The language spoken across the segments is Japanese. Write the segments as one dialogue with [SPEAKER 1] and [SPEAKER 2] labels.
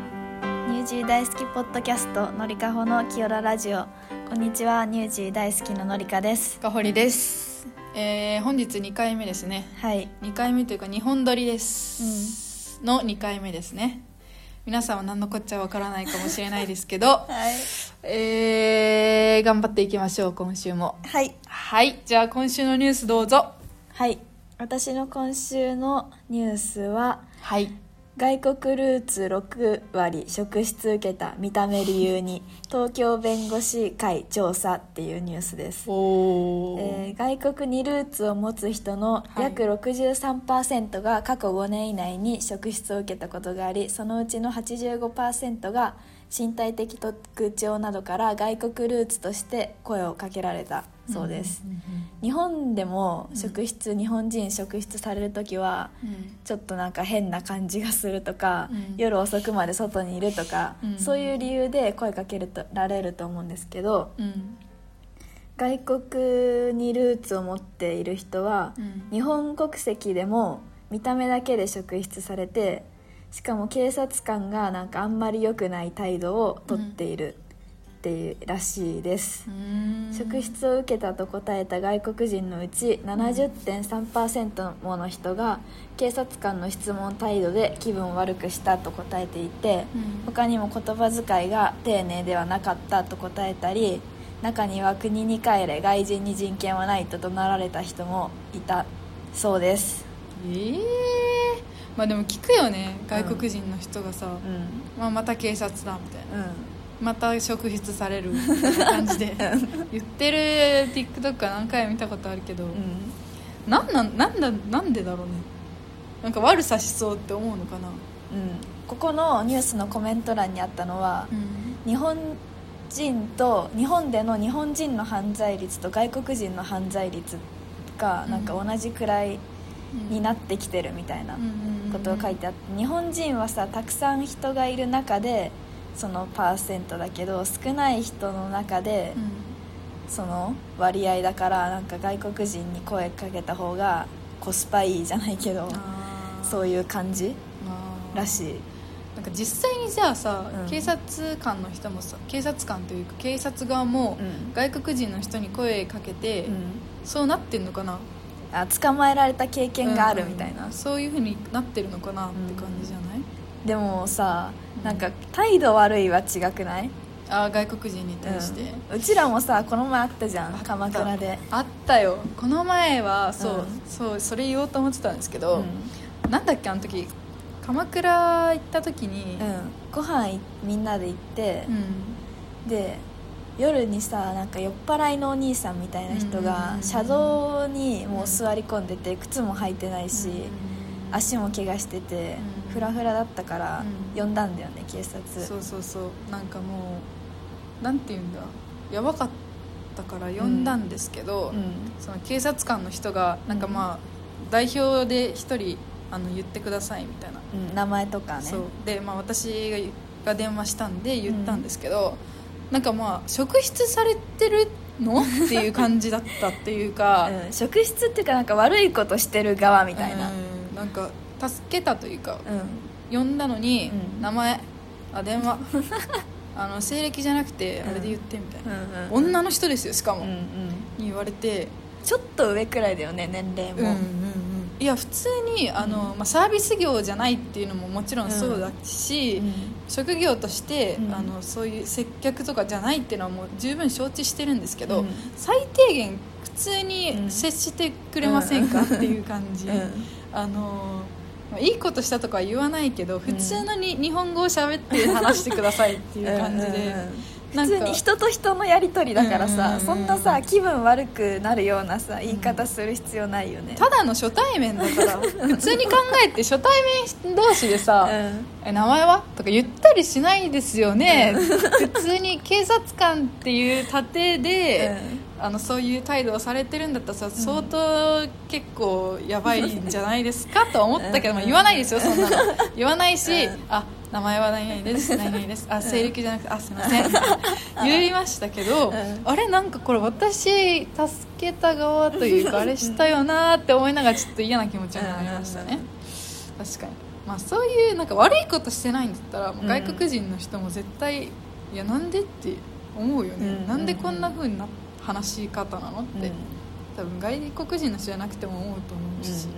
[SPEAKER 1] ュージー大好きポッドキャストのりかほのきよらラジオこんにちはニュージー大好きののりかです
[SPEAKER 2] かほりです、えー、本日2回目ですね
[SPEAKER 1] はい
[SPEAKER 2] 2回目というか2本撮りです、の2回目ですね皆さんは何のこっちゃわからないかもしれないですけど
[SPEAKER 1] はい
[SPEAKER 2] えー、頑張っていきましょう今週も
[SPEAKER 1] はい
[SPEAKER 2] はいじゃあ今週のニュースどうぞ
[SPEAKER 1] はい私の今週のニュースは
[SPEAKER 2] はい
[SPEAKER 1] 外国ルーツ6割職質受けた見た目理由に東京弁護士会調査っていうニュースです
[SPEAKER 2] お、お、
[SPEAKER 1] えー外国にルーツを持つ人の
[SPEAKER 2] はい
[SPEAKER 1] 約63%が過去5年以内に職質を受けたことがありそのうちの85%が身体的特徴などから外国ルーツとして声をかけられたそうです、
[SPEAKER 2] ん
[SPEAKER 1] 日本でも職質、日本人職質される時は
[SPEAKER 2] うんうん
[SPEAKER 1] ちょっとなんか変な感じがするとか、
[SPEAKER 2] うん
[SPEAKER 1] 夜遅くまで外にいるとか、
[SPEAKER 2] うん
[SPEAKER 1] そういう理由で声かけるとられると思うんですけど
[SPEAKER 2] うん
[SPEAKER 1] 外国にルーツを持っている人は、
[SPEAKER 2] うん
[SPEAKER 1] 日本国籍でも見た目だけで職質されてしかも警察官がなんかあんまり良くない態度をとっているっていうらしいです。
[SPEAKER 2] うーん
[SPEAKER 1] 職質を受けたと答えた外国人のうち70.3%もの人が警察官の質問態度で気分を悪くしたと答えていて
[SPEAKER 2] うん
[SPEAKER 1] 他にも言葉遣いが丁寧ではなかったと答えたり中には国に帰れ外人に人権はないと怒鳴られた人もいたそうです
[SPEAKER 2] ええまあでも聞くよね外国人の人がさ、
[SPEAKER 1] うん
[SPEAKER 2] まあ、また警察だみたいな
[SPEAKER 1] う
[SPEAKER 2] また職質さ れるみたいな感じで言ってる TikTok は何回も見たことあるけど、
[SPEAKER 1] んうん
[SPEAKER 2] なんなんなんだなんでだろうねなんか悪さしそうって思うのかな、
[SPEAKER 1] うんここのニュースのコメント欄にあったのは
[SPEAKER 2] うん、
[SPEAKER 1] 日本人と日本での日本人の犯罪率と外国人の犯罪率が
[SPEAKER 2] うん
[SPEAKER 1] なんか同じくらいになってきてるみたいなことを書い
[SPEAKER 2] て
[SPEAKER 1] てあって日本人はさたくさん人がいる中でそのパーセントだけど少ない人の中でその割合だからなんか外国人に声かけた方がコスパいいじゃないけどそうういう感じら
[SPEAKER 2] い
[SPEAKER 1] しい。
[SPEAKER 2] なんか実際にじゃあさ、
[SPEAKER 1] うん
[SPEAKER 2] 警察官の人もさ警察官というか警察側も
[SPEAKER 1] うん
[SPEAKER 2] 外国人の人に声かけて、
[SPEAKER 1] うん
[SPEAKER 2] そうなってんのかな
[SPEAKER 1] あ捕まえられた経験があるみたいな、
[SPEAKER 2] うんそういうふうになってるのかなって感じじゃない、
[SPEAKER 1] でもさ
[SPEAKER 2] うん
[SPEAKER 1] なんか態度悪いは違くない、
[SPEAKER 2] あー外国人に対して、
[SPEAKER 1] うん、うちらもさこの前あったじゃん
[SPEAKER 2] あった
[SPEAKER 1] 鎌倉で、
[SPEAKER 2] あったよこの前はそう、
[SPEAKER 1] うん
[SPEAKER 2] そうそれ言おうと思ってたんですけ
[SPEAKER 1] う
[SPEAKER 2] ど、
[SPEAKER 1] ん
[SPEAKER 2] なんだっけあの時鎌倉行った時に
[SPEAKER 1] う、ん、ご飯いみんなで行って
[SPEAKER 2] う、ん
[SPEAKER 1] で夜にさなんか酔っ払いのお兄さんみたいな人
[SPEAKER 2] うんうんうん
[SPEAKER 1] が
[SPEAKER 2] うん
[SPEAKER 1] 車道にもう座り込んでて靴も履いてないし、
[SPEAKER 2] うん
[SPEAKER 1] 足も怪我してて、
[SPEAKER 2] うん
[SPEAKER 1] フラフラだったから
[SPEAKER 2] うん
[SPEAKER 1] 呼んだんだよね警察
[SPEAKER 2] そうそうそうなんかもうなんていうんだやばかったから呼んだんですけど、
[SPEAKER 1] うん
[SPEAKER 2] その警察官の人がなんかまあ、代表で一人あの言ってくださいみたいな
[SPEAKER 1] うん、名前とかね
[SPEAKER 2] そうで、まあ、私が電話したんで言ったんですけど、なんかまあ職質されてる のっていう感じだったっていうか、
[SPEAKER 1] うん、職質っていうかなんか悪いことしてる側みたいな、
[SPEAKER 2] うんなんか助けたというか
[SPEAKER 1] うん
[SPEAKER 2] 呼んだのに、
[SPEAKER 1] うん
[SPEAKER 2] 名前あ 電話あの西暦じゃなくて
[SPEAKER 1] うん
[SPEAKER 2] あれで言ってみたいな、
[SPEAKER 1] うん
[SPEAKER 2] 女の人ですよしか
[SPEAKER 1] う
[SPEAKER 2] も、
[SPEAKER 1] んうん、
[SPEAKER 2] に言われて
[SPEAKER 1] ちょっと上くらいだよね年齢も、
[SPEAKER 2] いや普通にあの、まあ、サービス業じゃないっていうのももちろんそうだし、職業として、
[SPEAKER 1] うん
[SPEAKER 2] あのそういう接客とかじゃないっていうのはもう十分承知してるんですけど、
[SPEAKER 1] うん
[SPEAKER 2] 最低限普通
[SPEAKER 1] うん
[SPEAKER 2] に接してくれませんか、っていう感じ、
[SPEAKER 1] うん
[SPEAKER 2] あのまあいいことしたとかは言わないけど普通のに、日本語を喋って話してくださいっていう感じで、
[SPEAKER 1] うんうんうん普通に人と人のやり取りだからさ、
[SPEAKER 2] うんうんうん
[SPEAKER 1] そんなさ気分悪くなるようなさ言い方する必要ないよね、
[SPEAKER 2] ただの初対面だから普通に考えて初対面同士でさ、
[SPEAKER 1] うん
[SPEAKER 2] え名前はとか言ったりしないですよね、普通に警察官っていう盾で、あのそういう態度をされてるんだったらさ、相当結構やばいんじゃないですかとは思ったけども、
[SPEAKER 1] うん
[SPEAKER 2] 言わないですよそん なの言わないし、
[SPEAKER 1] うん
[SPEAKER 2] あ名前は何々です何々ですあ西暦じゃなくてあすいません 言いましたけど、
[SPEAKER 1] うん
[SPEAKER 2] あれなんかこれ私助けた側というかあれしたよなーって思いながらちょっと嫌な気持ちになりましたね、確かにまあ、そういうなんか悪いことしてないんだったらもう外国人の人も絶対、いやなんでって思うよね、
[SPEAKER 1] うんうんうん
[SPEAKER 2] なんでこんなふうな話し方なのって、
[SPEAKER 1] うん
[SPEAKER 2] 多分外国人の人じゃなくても思うと思うし、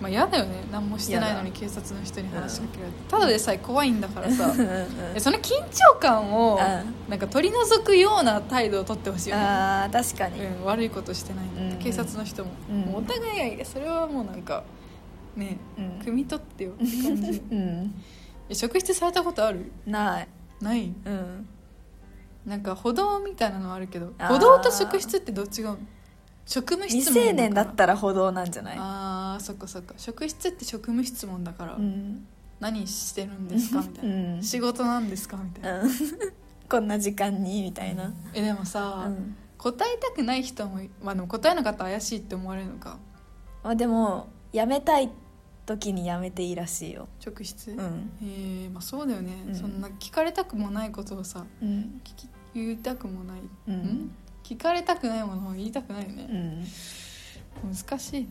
[SPEAKER 2] まあ嫌だよね何もしてないのに警察の人に話しかけられて、ただでさえ怖いんだからさ
[SPEAKER 1] うんうん
[SPEAKER 2] えその緊張感を
[SPEAKER 1] う
[SPEAKER 2] なんか取り除くような態度を取ってほしいよね、
[SPEAKER 1] あー確かに、
[SPEAKER 2] うん、悪いことしてないんだって、
[SPEAKER 1] うんうん
[SPEAKER 2] 警察の人も,、
[SPEAKER 1] うん
[SPEAKER 2] もうお互いがそれはもうなんかね
[SPEAKER 1] うん
[SPEAKER 2] 汲み取ってよって感じ
[SPEAKER 1] うん
[SPEAKER 2] え職質されたことある
[SPEAKER 1] ない
[SPEAKER 2] ない
[SPEAKER 1] うん
[SPEAKER 2] なんか歩道みたいなのあるけど
[SPEAKER 1] あー
[SPEAKER 2] 歩道と職質ってどっちが職務
[SPEAKER 1] 未
[SPEAKER 2] 質問なの
[SPEAKER 1] 成
[SPEAKER 2] かな
[SPEAKER 1] 年だったら歩道なんじゃない
[SPEAKER 2] あーそっかそっか職質って職務質問だから、
[SPEAKER 1] うん、
[SPEAKER 2] 何してるんですかみたいな、
[SPEAKER 1] うん
[SPEAKER 2] 仕事なんですかみたいな、
[SPEAKER 1] うん こんな時間にみたいな、
[SPEAKER 2] えでも
[SPEAKER 1] う
[SPEAKER 2] さ、
[SPEAKER 1] ん
[SPEAKER 2] 答えたくない人もい、まあ、でも答えなかったら怪しいって思われるのか
[SPEAKER 1] まあ、でも辞めたい時に辞めていいらしいよ
[SPEAKER 2] 直筆、
[SPEAKER 1] う
[SPEAKER 2] え
[SPEAKER 1] ん、
[SPEAKER 2] ーまあ、そうだよね、
[SPEAKER 1] うん
[SPEAKER 2] そんな聞かれたくもないことをさ
[SPEAKER 1] うん
[SPEAKER 2] 聞き言いたくもない、
[SPEAKER 1] うん
[SPEAKER 2] 聞かれたくないものを言いたくないよ
[SPEAKER 1] う
[SPEAKER 2] ね、
[SPEAKER 1] ん
[SPEAKER 2] 難しいね、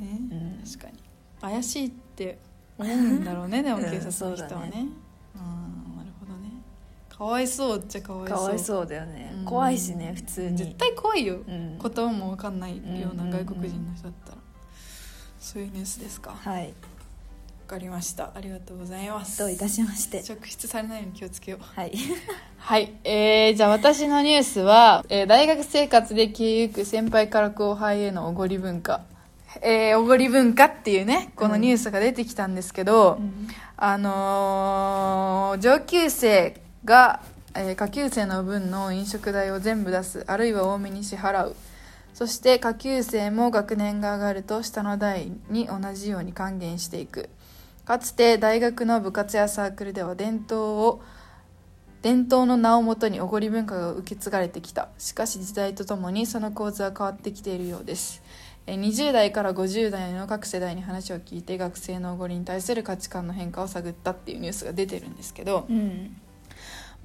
[SPEAKER 1] うん
[SPEAKER 2] 確かに怪しいって思うんだろう ねでも
[SPEAKER 1] うん
[SPEAKER 2] 警察の人は
[SPEAKER 1] そうだ
[SPEAKER 2] ね,、うん、なるほどねかわいそうっちゃかわいそう
[SPEAKER 1] かわいそうだよね、
[SPEAKER 2] うん
[SPEAKER 1] 怖いしね普通に
[SPEAKER 2] 絶対怖いよ、
[SPEAKER 1] うん
[SPEAKER 2] 言葉も分かんないような
[SPEAKER 1] うんうんうん
[SPEAKER 2] 外国人の人だったら、そういうニュースですかわ
[SPEAKER 1] はい
[SPEAKER 2] かりましたありがとうございます
[SPEAKER 1] どういたしまして
[SPEAKER 2] 直筆されないように気をつけよう
[SPEAKER 1] はい
[SPEAKER 2] はい、えー、じゃあ私のニュースは、えー大学生活で消えゆく先輩から後輩へのおごり文化えーおごり文化っていうねこのニュースが出てきたんですけど、
[SPEAKER 1] ん
[SPEAKER 2] あのー上級生が、えー下級生の分の飲食代を全部出すあるいは多めに支払うそして下級生も学年が上がると下の代に同じように還元していくかつて大学の部活やサークルでは伝統を伝統の名をもとにおごり文化が受け継がれてきたしかし時代とともにその構図は変わってきているようですえー20代から50代の各世代に話を聞いて学生のおごりに対する価値観の変化を探ったっていうニュースが出てるんですけど、
[SPEAKER 1] うん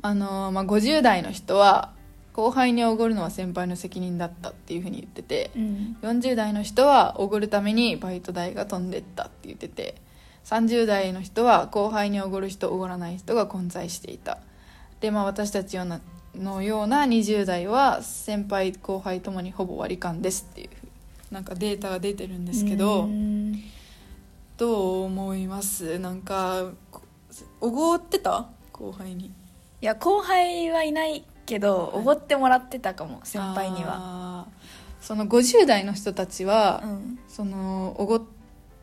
[SPEAKER 2] あのーまあ、50代の人は後輩におごるのは先輩の責任だったっていうふうに言ってて、
[SPEAKER 1] うん
[SPEAKER 2] 40代の人はおごるためにバイト代が飛んでったって言ってて30代の人は後輩におごる人おごらない人が混在していたでまあ私たちようなのような20代は先輩後輩ともにほぼ割り勘ですっていうなんかデータが出てるんですけど、
[SPEAKER 1] うん
[SPEAKER 2] どう思いますなんかこおごってた後輩に
[SPEAKER 1] いや後輩はいないけどおごってもらってたかも先輩には
[SPEAKER 2] はその50代の人たちは、
[SPEAKER 1] うん
[SPEAKER 2] そのおご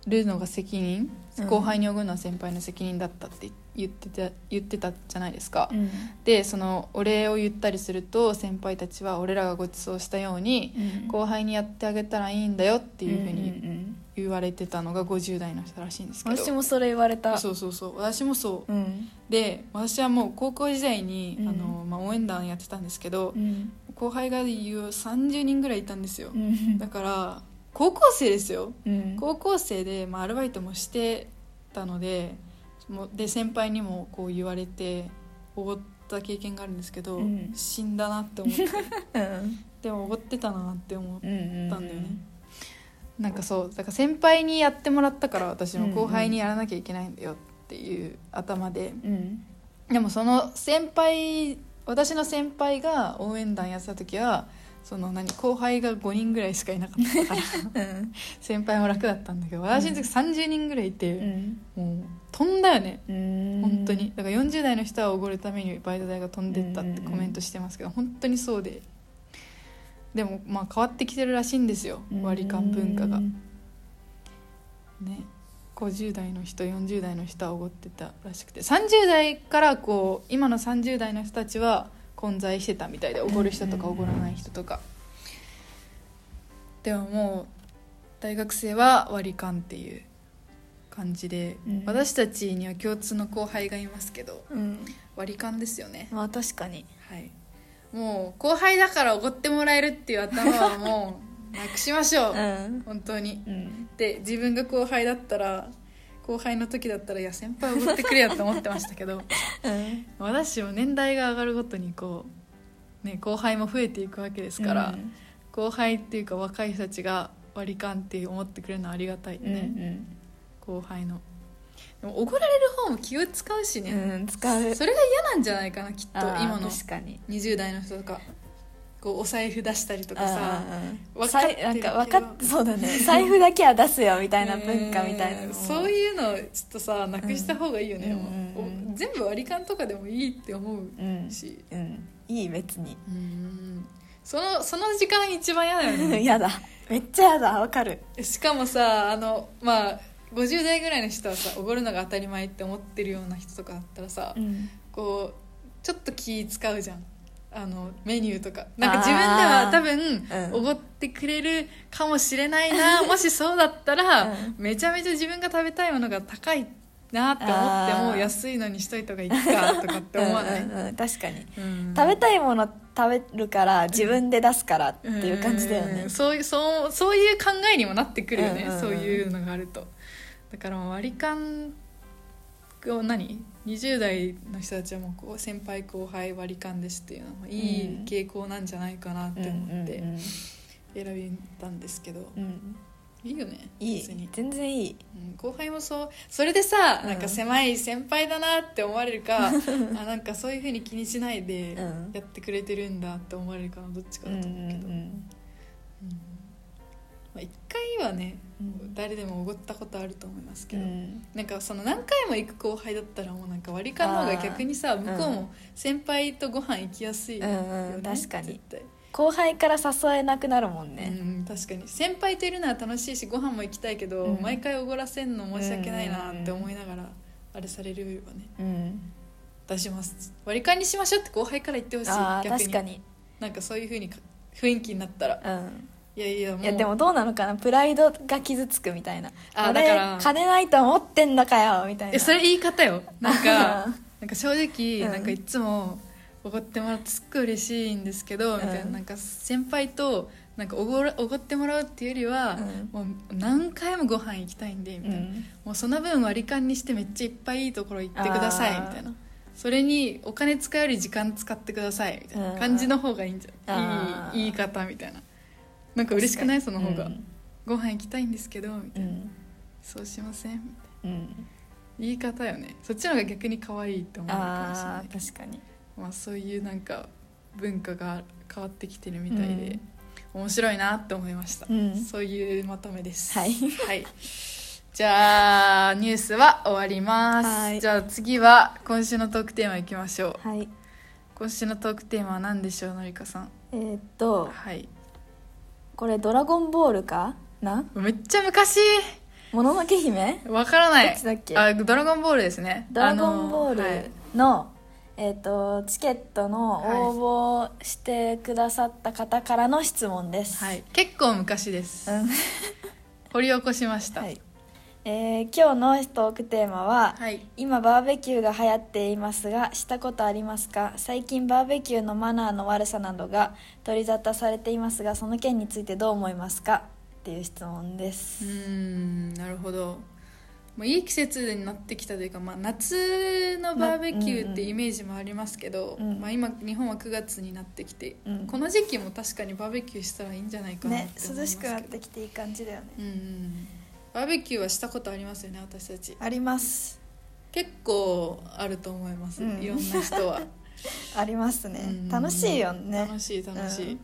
[SPEAKER 2] るのが責任
[SPEAKER 1] うん
[SPEAKER 2] 後輩におごるのは先輩の責任だったって言ってた言ってたじゃないですか、
[SPEAKER 1] うん
[SPEAKER 2] でそのお礼を言ったりすると先輩たちは俺らがご馳走したように、
[SPEAKER 1] うん
[SPEAKER 2] 後輩にやってあげたらいいんだよっていうふう
[SPEAKER 1] うん
[SPEAKER 2] に
[SPEAKER 1] うんうん
[SPEAKER 2] 言われてたのが50代の人らしいんですけど
[SPEAKER 1] 私もそれ言われた
[SPEAKER 2] そうそうそう私もそう、
[SPEAKER 1] うん
[SPEAKER 2] で私はもう高校時代に、
[SPEAKER 1] うん
[SPEAKER 2] あのまあ、応援団やってたんですけど
[SPEAKER 1] う、ん
[SPEAKER 2] 後輩が言う30人ぐらいいたんですよ、
[SPEAKER 1] うん
[SPEAKER 2] だから高校生ですよ
[SPEAKER 1] うん
[SPEAKER 2] 高校生で、まあ、アルバイトもしてたのでもうで先輩にもこう言われておごった経験があるんですけど、
[SPEAKER 1] うん
[SPEAKER 2] 死んだなって思って
[SPEAKER 1] うん
[SPEAKER 2] でもおごってたなって思っ
[SPEAKER 1] うんうん
[SPEAKER 2] たんだよね、なんかそうだから先輩にやってもらったから私も後輩にやらなきゃいけないんだよっていう頭で
[SPEAKER 1] うん
[SPEAKER 2] でもその先輩私の先輩が応援団やってた時はその何後輩が5人ぐらいしかいなかったから
[SPEAKER 1] うん
[SPEAKER 2] 先輩も楽だったんだけど私の時30人ぐらいいて、
[SPEAKER 1] うん
[SPEAKER 2] もう飛んだよね
[SPEAKER 1] うん
[SPEAKER 2] 本当にだから40代の人はおごるためにバイト代が飛んでったって
[SPEAKER 1] うん
[SPEAKER 2] コメントしてますけど本当にそうででもまあ変わってきてるらしいんですよ割り勘文化が
[SPEAKER 1] う
[SPEAKER 2] ね
[SPEAKER 1] ん
[SPEAKER 2] 50代の人40代の人はおごってたらしくて30代からこう今の30代の人たちは混在してたみたいでおごる人とか
[SPEAKER 1] うん
[SPEAKER 2] おごらない人とかでももう大学生は割り勘っていう感じで
[SPEAKER 1] うん
[SPEAKER 2] 私たちには共通の後輩がいますけど
[SPEAKER 1] うん
[SPEAKER 2] 割り勘ですよね
[SPEAKER 1] まあ確かに
[SPEAKER 2] はいもう後輩だからおごってもらえるっていう頭はもうなくしましょう、
[SPEAKER 1] うん
[SPEAKER 2] 本当に
[SPEAKER 1] うん
[SPEAKER 2] で自分が後輩だったら後輩の時だったらいや先輩おごってくれよと思ってましたけど
[SPEAKER 1] うん
[SPEAKER 2] 私も年代が上がるごとにこう、ね、後輩も増えていくわけですから、
[SPEAKER 1] うん
[SPEAKER 2] 後輩っていうか若い人たちが割り勘って思ってくれるのはありがたいね、
[SPEAKER 1] うん
[SPEAKER 2] 後輩のでも怒られる方も気を使うしね、
[SPEAKER 1] うん使う
[SPEAKER 2] それが嫌なんじゃないかなきっと
[SPEAKER 1] あー
[SPEAKER 2] 今の
[SPEAKER 1] 確かに
[SPEAKER 2] 20代の人とかこうお財布出したりとかさ
[SPEAKER 1] うん
[SPEAKER 2] 分かって
[SPEAKER 1] さ
[SPEAKER 2] る
[SPEAKER 1] いなんか分
[SPEAKER 2] けど
[SPEAKER 1] かってそうだね 財布だけは出すよみたいな文化みたいなの
[SPEAKER 2] う
[SPEAKER 1] も
[SPEAKER 2] んそういうのちょっとさなくした方がいいよね、
[SPEAKER 1] うん
[SPEAKER 2] もう
[SPEAKER 1] うんうん
[SPEAKER 2] お全部割り勘とかでもいいって思
[SPEAKER 1] う
[SPEAKER 2] うんし、
[SPEAKER 1] うんいい別に
[SPEAKER 2] うんそのその時間一番嫌だよ ね
[SPEAKER 1] やだめっちゃやだわかる
[SPEAKER 2] しかもさあのまあ50代ぐらいの人はさおごるのが当たり前って思ってるような人とかだったらさ、
[SPEAKER 1] ん
[SPEAKER 2] こうちょっと気使うじゃんあのメニューとかなんか自分では多
[SPEAKER 1] あー
[SPEAKER 2] 分
[SPEAKER 1] う
[SPEAKER 2] お
[SPEAKER 1] ん
[SPEAKER 2] ごってくれるかもしれない な、もしそうだったら、
[SPEAKER 1] うん
[SPEAKER 2] めちゃめちゃ自分が食べたいものが高いなって思
[SPEAKER 1] あ
[SPEAKER 2] って
[SPEAKER 1] ー
[SPEAKER 2] も安いのにしといた方がいいかとかって思わない、
[SPEAKER 1] うんうんうん確かに
[SPEAKER 2] うん
[SPEAKER 1] 食べたいもの食べるから自分で出すからっていう感じだよ
[SPEAKER 2] う
[SPEAKER 1] ね
[SPEAKER 2] んそういうそうそういう考えにもなってくるよね、
[SPEAKER 1] うんうんうん
[SPEAKER 2] そういうのがあるとだからもう割り勘を何20代の人たちはもうこう先輩後輩割り勘ですっていうのもいい
[SPEAKER 1] うん
[SPEAKER 2] 傾向なんじゃないかなっ
[SPEAKER 1] う
[SPEAKER 2] て
[SPEAKER 1] ん
[SPEAKER 2] 思っ
[SPEAKER 1] う
[SPEAKER 2] て
[SPEAKER 1] ん
[SPEAKER 2] 選びたんですけど、
[SPEAKER 1] うんうん
[SPEAKER 2] いいよね
[SPEAKER 1] い
[SPEAKER 2] 別に
[SPEAKER 1] い、全然いい
[SPEAKER 2] うん後輩もそうそれでさ
[SPEAKER 1] うん
[SPEAKER 2] なんか狭い先輩だなって思われる か、あなんかそういうふうに気にしないで
[SPEAKER 1] うん
[SPEAKER 2] やってくれてるんだって思われるかのどっちか
[SPEAKER 1] う
[SPEAKER 2] だ
[SPEAKER 1] ん
[SPEAKER 2] と思うけど。
[SPEAKER 1] うん
[SPEAKER 2] うんまあ、1回はね、
[SPEAKER 1] うん
[SPEAKER 2] 誰でもおごったことあると思います
[SPEAKER 1] う
[SPEAKER 2] けど、
[SPEAKER 1] ん
[SPEAKER 2] なんかその何回も行く後輩だったらもうなんか割り勘の方が逆にさ
[SPEAKER 1] ー
[SPEAKER 2] 向こうも先輩とご飯行きやすいよね、
[SPEAKER 1] うんうん確かに
[SPEAKER 2] 絶対
[SPEAKER 1] 後輩から誘えなくなるもんね
[SPEAKER 2] うん、確かに先輩といるのは楽しいしご飯も行きたいけど、
[SPEAKER 1] うん
[SPEAKER 2] 毎回おごらせんの申し訳ないなって思いながら、あれされるよりはね
[SPEAKER 1] うん
[SPEAKER 2] 出します割り勘にしましょうって後輩から言ってほしい
[SPEAKER 1] ああ
[SPEAKER 2] 逆
[SPEAKER 1] 確かに
[SPEAKER 2] なんかそういうふうにか雰囲気になったら
[SPEAKER 1] うん
[SPEAKER 2] いやいやもう
[SPEAKER 1] いやでもどうなのかなプライドが傷つくみたいな
[SPEAKER 2] あー
[SPEAKER 1] 俺
[SPEAKER 2] だから
[SPEAKER 1] 金ないと思ってんのかよみたいな
[SPEAKER 2] えそれ言い方よなん かなんか正直、
[SPEAKER 1] うん
[SPEAKER 2] なんかいつもおごってもらってすっごい嬉しいんですけど、みたいな
[SPEAKER 1] うん
[SPEAKER 2] なんか先輩となんかおごらおごってもらうっていうよりは、もう何回もご飯行きたいんでみ
[SPEAKER 1] う
[SPEAKER 2] たいな、
[SPEAKER 1] ん
[SPEAKER 2] もうその分割り勘にしてめっちゃいっぱいいいところ行ってください
[SPEAKER 1] あー
[SPEAKER 2] みたいなそれにお金使うより時間使ってくださいみたいな感じの方がいいんじゃ
[SPEAKER 1] あ
[SPEAKER 2] ん
[SPEAKER 1] ー
[SPEAKER 2] いいいい方みたいななんか嬉しくないその方が、
[SPEAKER 1] うん
[SPEAKER 2] ご飯行きたいんですけどみた
[SPEAKER 1] う
[SPEAKER 2] いな、
[SPEAKER 1] ん
[SPEAKER 2] そうしませんみたいな
[SPEAKER 1] うん
[SPEAKER 2] 言い方よねそっちの方が逆に可愛いって思うかもしれな
[SPEAKER 1] あ
[SPEAKER 2] い
[SPEAKER 1] あ確かに
[SPEAKER 2] まあ、そういうなんか文化が変わってきてるみたいで
[SPEAKER 1] うん、
[SPEAKER 2] 面白いなって思いました、
[SPEAKER 1] うん
[SPEAKER 2] そういうまとめです
[SPEAKER 1] はい
[SPEAKER 2] じゃあニュースは終わります、
[SPEAKER 1] はい
[SPEAKER 2] じゃあ次は今週のトークテーマいきましょう
[SPEAKER 1] はい
[SPEAKER 2] 今週のトークテーマは何でしょうのりかさん
[SPEAKER 1] えーっと
[SPEAKER 2] はい
[SPEAKER 1] これ「ドラゴンボール」かな
[SPEAKER 2] めっちゃ昔
[SPEAKER 1] 「もののけ姫」
[SPEAKER 2] わからない
[SPEAKER 1] どっちだっけ
[SPEAKER 2] あドラゴンボールですね
[SPEAKER 1] ドラゴンボ
[SPEAKER 2] あのは
[SPEAKER 1] ー
[SPEAKER 2] い
[SPEAKER 1] ルの、えっ、と、チケットの応募してくださった方からの質問です。
[SPEAKER 2] はい結構昔です、
[SPEAKER 1] うん
[SPEAKER 2] 掘り起こしました
[SPEAKER 1] はい。えー今日のトークテーマは、
[SPEAKER 2] はい
[SPEAKER 1] 今バーベキューが流行っていますがしたことありますか最近バーベキューのマナーの悪さなどが取り沙汰されていますがその件についてどう思いますかっていう質問で
[SPEAKER 2] うー
[SPEAKER 1] す、
[SPEAKER 2] んなるほどもういい季節になってきたというか、まあ、夏のバーベキューってイメージもありますけど、
[SPEAKER 1] うんうん
[SPEAKER 2] まあ、今日本は9月になってきて、
[SPEAKER 1] うん
[SPEAKER 2] この時期も確かにバーベキューしたらいいんじゃないかなって
[SPEAKER 1] ね
[SPEAKER 2] 思いますけど、
[SPEAKER 1] 涼しくなってきていい感じだよね
[SPEAKER 2] うんうんバーベキューはしたことありますよね私たち
[SPEAKER 1] あります
[SPEAKER 2] 結構あると思います、
[SPEAKER 1] うん
[SPEAKER 2] いろんな 人は、
[SPEAKER 1] ありますね
[SPEAKER 2] うん
[SPEAKER 1] 楽しいよね
[SPEAKER 2] 楽しい楽しい、
[SPEAKER 1] うん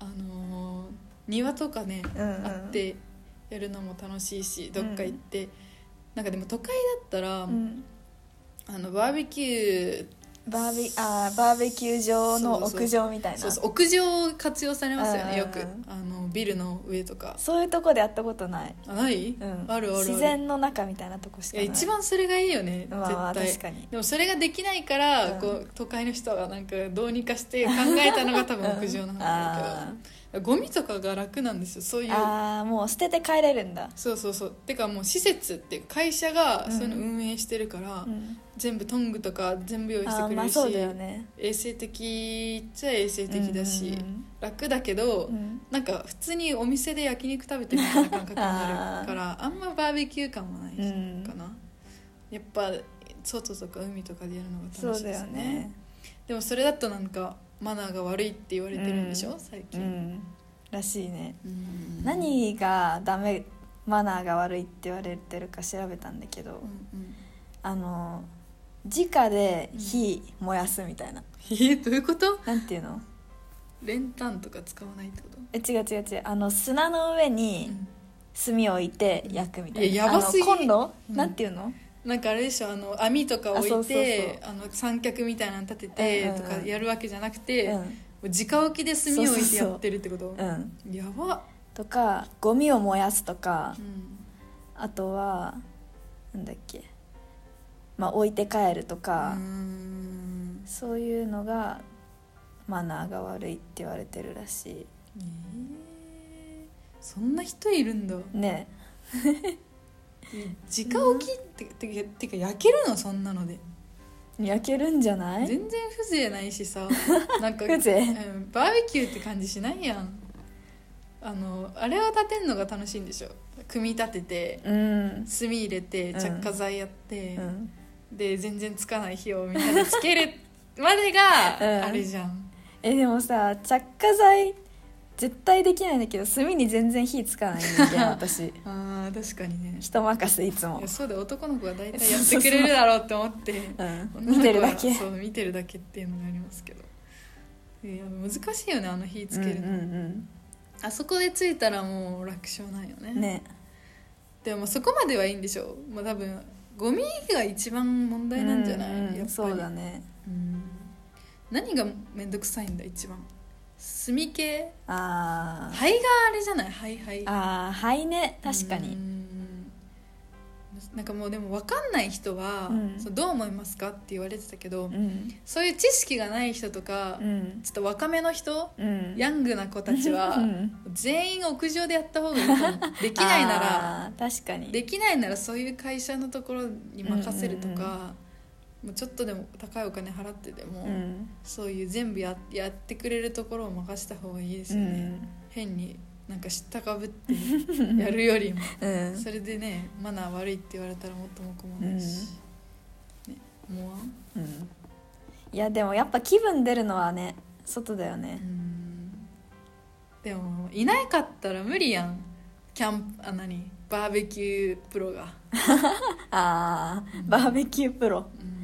[SPEAKER 2] あのー庭とかね、
[SPEAKER 1] うんうん
[SPEAKER 2] あってやるのも楽しいしどっか行って、なんかでも都会だったら、
[SPEAKER 1] うん
[SPEAKER 2] あのバーベキュー
[SPEAKER 1] バーベあーバーベキュー場の
[SPEAKER 2] そうそう
[SPEAKER 1] 屋上みたいなそ
[SPEAKER 2] そううそう屋上活用されますよねよ
[SPEAKER 1] うん
[SPEAKER 2] く
[SPEAKER 1] うん
[SPEAKER 2] あのビルの上とか
[SPEAKER 1] いうとこでやったことない、
[SPEAKER 2] あない、
[SPEAKER 1] うん、
[SPEAKER 2] あるあるある
[SPEAKER 1] 自然の中みたいなとこし
[SPEAKER 2] い
[SPEAKER 1] か
[SPEAKER 2] や
[SPEAKER 1] ない
[SPEAKER 2] 一番それがいいよね絶対、
[SPEAKER 1] まあまあ確かに
[SPEAKER 2] でもそれができないから、
[SPEAKER 1] うん
[SPEAKER 2] こう都会の人はなんかどうにかして考えた のが多分屋上なんだけどゴミとかが楽なんですよそういう
[SPEAKER 1] ああーもう捨てて帰れるんだ、
[SPEAKER 2] そうそうそうてかもう施設っていうか会社がそういうの運営してるから、
[SPEAKER 1] うん、
[SPEAKER 2] 全部トングとか全部用意して
[SPEAKER 1] あ
[SPEAKER 2] く
[SPEAKER 1] ー
[SPEAKER 2] れ
[SPEAKER 1] まあ
[SPEAKER 2] るし、
[SPEAKER 1] そうだよね
[SPEAKER 2] 衛生的っちゃ衛生的だし、
[SPEAKER 1] うん
[SPEAKER 2] 楽だけど、
[SPEAKER 1] うんうん
[SPEAKER 2] なんか普通にお店で焼肉食べてるみたいな感覚になるからあんまバーベキュー感はない
[SPEAKER 1] うん
[SPEAKER 2] かな、やっぱ外とか海とかでやるのが
[SPEAKER 1] そ
[SPEAKER 2] 楽し
[SPEAKER 1] う
[SPEAKER 2] いで
[SPEAKER 1] だ
[SPEAKER 2] す
[SPEAKER 1] よ
[SPEAKER 2] ね
[SPEAKER 1] ね
[SPEAKER 2] でもそれだとなんかマナーが悪いって言われてるんでしょ、
[SPEAKER 1] うん
[SPEAKER 2] 最
[SPEAKER 1] う
[SPEAKER 2] 近、
[SPEAKER 1] んらしいね
[SPEAKER 2] うん
[SPEAKER 1] 何がダメマナーが悪いって言われてるか調べたんだけど、あの直で火燃やすみたいな、
[SPEAKER 2] えーどういうこと
[SPEAKER 1] なんていうの
[SPEAKER 2] 練炭とか使わないってこと
[SPEAKER 1] え違う違う違うあの砂の上に炭を置いて焼くみたいな、
[SPEAKER 2] いややばすぎ
[SPEAKER 1] あのコンロ、
[SPEAKER 2] うん
[SPEAKER 1] なんていうの
[SPEAKER 2] なんかあれでしょあの網とか置い
[SPEAKER 1] あそうそう
[SPEAKER 2] て
[SPEAKER 1] そ
[SPEAKER 2] あの三脚みたいなの立てて
[SPEAKER 1] うんうんう
[SPEAKER 2] と
[SPEAKER 1] ん
[SPEAKER 2] かやるわけじゃなくて、
[SPEAKER 1] う
[SPEAKER 2] も
[SPEAKER 1] ん
[SPEAKER 2] う直置きで炭を置いてやってるってこと
[SPEAKER 1] うん
[SPEAKER 2] やば、
[SPEAKER 1] とかゴミを燃やすとか
[SPEAKER 2] うん
[SPEAKER 1] あとはなんだっけまあ置いて帰るとか、
[SPEAKER 2] うーん
[SPEAKER 1] そういうのがマナーが悪いって言われてるらし
[SPEAKER 2] えーそんな人いるんだ
[SPEAKER 1] いね
[SPEAKER 2] 直置きっててかてか焼けるのそんなので
[SPEAKER 1] 焼けるんじゃない
[SPEAKER 2] 全然風情ないし さなんか
[SPEAKER 1] 風情
[SPEAKER 2] うん、バーベキューって感じしないやんあのあれは立てるのが楽しいんでしょ組み立てて
[SPEAKER 1] うん、
[SPEAKER 2] 炭入れて
[SPEAKER 1] うん
[SPEAKER 2] 着火剤やって、
[SPEAKER 1] うん、
[SPEAKER 2] で全然つかない火をみんなでつけるまで
[SPEAKER 1] うん
[SPEAKER 2] があれじゃん、
[SPEAKER 1] えでもさ着火剤絶対できないんだけど炭に全然火つかない人間私
[SPEAKER 2] あー確かにね
[SPEAKER 1] 人任せいつも
[SPEAKER 2] いや、そうだよ男の子は大体やってくれるだろうって思って
[SPEAKER 1] うん、
[SPEAKER 2] 女の子は
[SPEAKER 1] 見てるだけ
[SPEAKER 2] そう見てるだけっていうのがありますけどいや難しいよねあの火つけるの、
[SPEAKER 1] うんうん
[SPEAKER 2] あそこでついたらもう楽勝なんよね
[SPEAKER 1] うん、ね
[SPEAKER 2] でもそこまではいいんでしょう、まあ、多分ゴミが一番問題なんじゃない、
[SPEAKER 1] うんうん
[SPEAKER 2] やっぱり
[SPEAKER 1] そうだね
[SPEAKER 2] うん何がめんどくさいんだ一番炭系
[SPEAKER 1] あー
[SPEAKER 2] 灰があれじゃない灰灰
[SPEAKER 1] あーはいね確か
[SPEAKER 2] う
[SPEAKER 1] に
[SPEAKER 2] んなんかもうでも分かんない人は、
[SPEAKER 1] うん
[SPEAKER 2] そうどう思いますかって言われてたけど、
[SPEAKER 1] うん
[SPEAKER 2] そういう知識がない人とか、
[SPEAKER 1] うん
[SPEAKER 2] ちょっと若めの人、
[SPEAKER 1] うん
[SPEAKER 2] ヤングな子たちは、
[SPEAKER 1] うん
[SPEAKER 2] 全員屋上でやった方がいいと思う できないなら
[SPEAKER 1] あー確かに
[SPEAKER 2] できないならそういう会社のところに任せるとか、
[SPEAKER 1] うんうん
[SPEAKER 2] もうちょっとでも高いお金払ってでも、
[SPEAKER 1] うん
[SPEAKER 2] そういう全部ややってくれるところを任せた方がいいですよね、変になんか知ったかぶってやるよりも
[SPEAKER 1] うんうん
[SPEAKER 2] それでねマナー悪いって言われたらもっとも困るし、ね、思わん
[SPEAKER 1] うんいやでもやっぱ気分出るのはね外だよね
[SPEAKER 2] うんでもいなかったら無理やんキャンプあ何バーベキュープロが、
[SPEAKER 1] あーバーベキュープロ
[SPEAKER 2] うん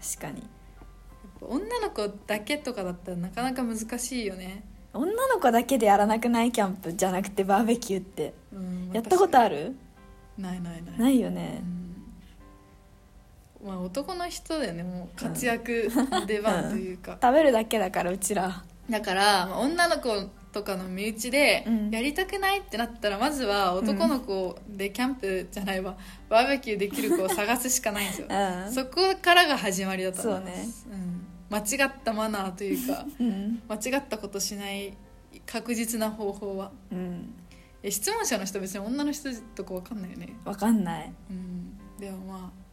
[SPEAKER 1] 確かに
[SPEAKER 2] やっぱ女の子だけとかだったらなかなか難しいよね、
[SPEAKER 1] 女の子だけでやらなくないキャンプじゃなくてバーベキューって
[SPEAKER 2] うん
[SPEAKER 1] やったことあ
[SPEAKER 2] る
[SPEAKER 1] る
[SPEAKER 2] ないないない
[SPEAKER 1] ないよ
[SPEAKER 2] う
[SPEAKER 1] ね
[SPEAKER 2] んまあ男の人だよねもう活躍出番というか、
[SPEAKER 1] 食べるだけだからうちら
[SPEAKER 2] だから、まあ女の子とかの身内で
[SPEAKER 1] うん
[SPEAKER 2] やりたくないってなったら、まずは男の子でキャンプじゃないわバーベキューできる子を探すしかないんですよ
[SPEAKER 1] うん
[SPEAKER 2] そこからが始まりだと思います
[SPEAKER 1] そ
[SPEAKER 2] うん、間違ったマナーというか
[SPEAKER 1] うん
[SPEAKER 2] 間違ったことしない確実な方法は
[SPEAKER 1] うん
[SPEAKER 2] え質問者の人別に女の人とかわかんないよね
[SPEAKER 1] わかんない
[SPEAKER 2] うんでもまあ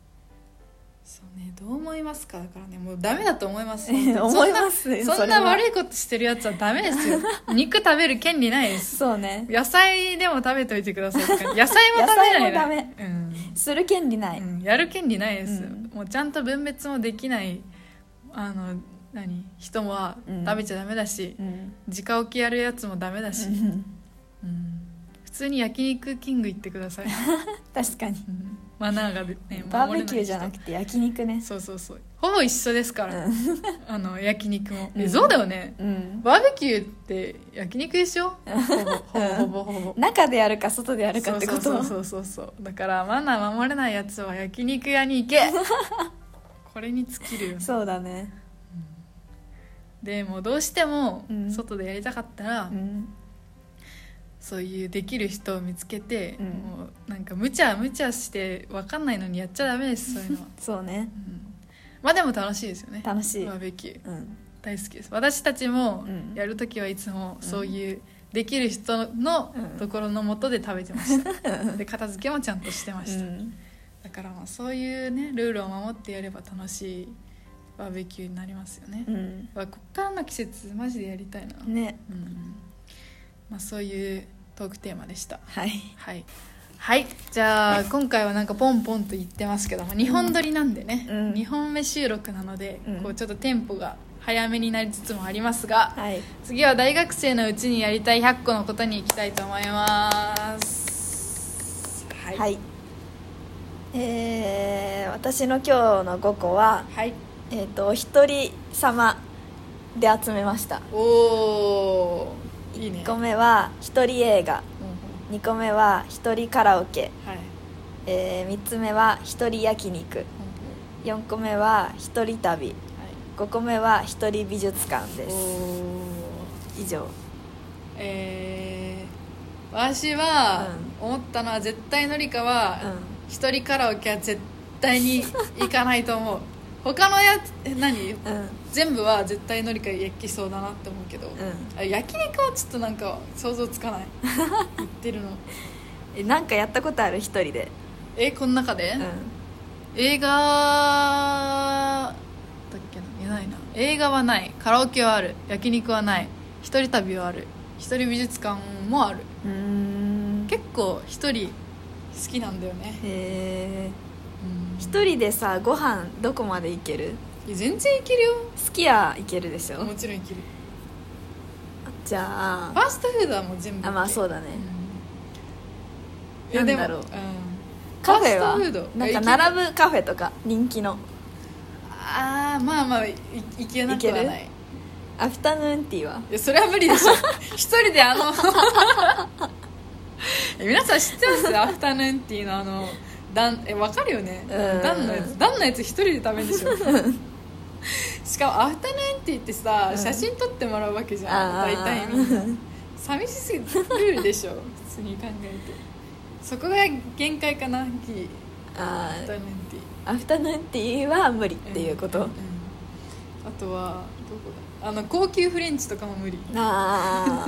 [SPEAKER 2] そうねどう思いますかだからねもうダメだと思います本当に
[SPEAKER 1] 思いますよ
[SPEAKER 2] そんなそん
[SPEAKER 1] れは
[SPEAKER 2] な悪いことしてるやつはダメですよ肉食べる権利な いです
[SPEAKER 1] そうね
[SPEAKER 2] 野菜でも食べといてくださいとか野菜も食べない
[SPEAKER 1] 野菜も
[SPEAKER 2] うん
[SPEAKER 1] する権利ない、
[SPEAKER 2] うん、やる権利ないです、
[SPEAKER 1] うん
[SPEAKER 2] もうちゃんと分別もできないあの何人もは
[SPEAKER 1] うん
[SPEAKER 2] 食べちゃダメだし、
[SPEAKER 1] うん
[SPEAKER 2] 直置きやるやつもダメだし、うん普通に焼肉キング行ってください、
[SPEAKER 1] 確かに
[SPEAKER 2] うんマナーがね
[SPEAKER 1] バーベキューじゃな
[SPEAKER 2] て
[SPEAKER 1] くて焼肉ね
[SPEAKER 2] そうそうそうほぼ一緒ですから、
[SPEAKER 1] う
[SPEAKER 2] あの焼肉も、
[SPEAKER 1] う
[SPEAKER 2] え
[SPEAKER 1] ん
[SPEAKER 2] そうだよね
[SPEAKER 1] うん
[SPEAKER 2] バーベキューって焼肉でしょほぼほぼほぼほぼ
[SPEAKER 1] 中でやるか外でやるかってこと
[SPEAKER 2] そうそうそうそうそうだからマナー守れないやつは焼肉屋に 行けこれに尽きるよね
[SPEAKER 1] そうだね
[SPEAKER 2] でもうどうしても
[SPEAKER 1] うん
[SPEAKER 2] 外でやりたかったら、
[SPEAKER 1] うん
[SPEAKER 2] そういうできる人を見つけて、
[SPEAKER 1] うん、
[SPEAKER 2] もうなんか無茶無茶して分かんないのにやっちゃダメですそういうのは
[SPEAKER 1] そうね
[SPEAKER 2] うんまあでも楽しいですよね
[SPEAKER 1] 楽しい
[SPEAKER 2] バーベキュー
[SPEAKER 1] うん
[SPEAKER 2] 大好きです私たちも
[SPEAKER 1] うん
[SPEAKER 2] やる時はいつもそういうできる人の
[SPEAKER 1] うん
[SPEAKER 2] ところのもとで食べてました、で片付けもちゃんとしてました、だからまあそういうねルールを守ってやれば楽しいバーベキューになりますよね、
[SPEAKER 1] うん
[SPEAKER 2] わこっからの季節マジでやりたいな、
[SPEAKER 1] うんね
[SPEAKER 2] うんまあ、そういうトークテーマでした
[SPEAKER 1] はい
[SPEAKER 2] はいはいじゃあ今回はなんかポンポンと言ってますけども2本撮りなんでね、
[SPEAKER 1] うん
[SPEAKER 2] 2本目収録なので、
[SPEAKER 1] うん
[SPEAKER 2] こうちょっとテンポが早めになりつつもありますが、
[SPEAKER 1] はい
[SPEAKER 2] 次は大学生のうちにやりたい100個のことに行きたいと思います
[SPEAKER 1] はいえー私の今日の5個は、
[SPEAKER 2] はい
[SPEAKER 1] えー、とお一人様で集めました
[SPEAKER 2] おおいいね
[SPEAKER 1] 1個目は一人映画
[SPEAKER 2] うんうん
[SPEAKER 1] 2個目は一人カラオケ、
[SPEAKER 2] はい
[SPEAKER 1] え3つ目は一人焼肉4個目は一人旅5個目は一人美術館
[SPEAKER 2] はい
[SPEAKER 1] で
[SPEAKER 2] お
[SPEAKER 1] す
[SPEAKER 2] お
[SPEAKER 1] 以上
[SPEAKER 2] えー、私は思ったのは絶対のりかは
[SPEAKER 1] う
[SPEAKER 2] 一人カラオケは絶対に行かないと思う 他のやつえ何
[SPEAKER 1] んうん
[SPEAKER 2] 全部は絶対のりか焼きそうだなって思うけど、
[SPEAKER 1] ん
[SPEAKER 2] あ焼肉はちょっとなんか想像つ かない言ってるの
[SPEAKER 1] えなんかやったことある一人で
[SPEAKER 2] えこの中で、
[SPEAKER 1] うん
[SPEAKER 2] 映画だっけないやないな映画はないカラオケはある焼肉はない一人旅はある一人美術館もある
[SPEAKER 1] うーん
[SPEAKER 2] 結構一人好きなんだよね、
[SPEAKER 1] へえ
[SPEAKER 2] うん
[SPEAKER 1] 一人でさご飯どこまで行ける
[SPEAKER 2] いや全然いけるよ
[SPEAKER 1] 好きや行けるでしょ
[SPEAKER 2] もちろんいける
[SPEAKER 1] じゃ
[SPEAKER 2] フ
[SPEAKER 1] あ
[SPEAKER 2] ァーストフードはもう全部
[SPEAKER 1] あまあそううだね
[SPEAKER 2] んいやでも
[SPEAKER 1] なんだろうんカフェは
[SPEAKER 2] ファーストフ
[SPEAKER 1] なん
[SPEAKER 2] ード
[SPEAKER 1] か
[SPEAKER 2] いやいける
[SPEAKER 1] 並ぶカフェとか人気の
[SPEAKER 2] ああまあまあいいけなくはない
[SPEAKER 1] いアフタヌーンティーはい
[SPEAKER 2] やそれは無理でし ょ一人であの え皆さん知ってますアフタヌーンティーのあの段え分かるよね
[SPEAKER 1] うん
[SPEAKER 2] 段のやつ段のやつ一人で食べるで しょしかもアフタヌーンティーってさ、
[SPEAKER 1] うん
[SPEAKER 2] 写真撮ってもらうわけじゃ
[SPEAKER 1] あ
[SPEAKER 2] ん大
[SPEAKER 1] ー
[SPEAKER 2] 体みんな寂しすぎるでしょ普通に考えてそこが限界かなギ
[SPEAKER 1] あ
[SPEAKER 2] アフタヌーンティー
[SPEAKER 1] ーアフタヌーンティーは無理っていうこと、
[SPEAKER 2] んんあとはどこだあの高級フレンチとかも無理
[SPEAKER 1] ああ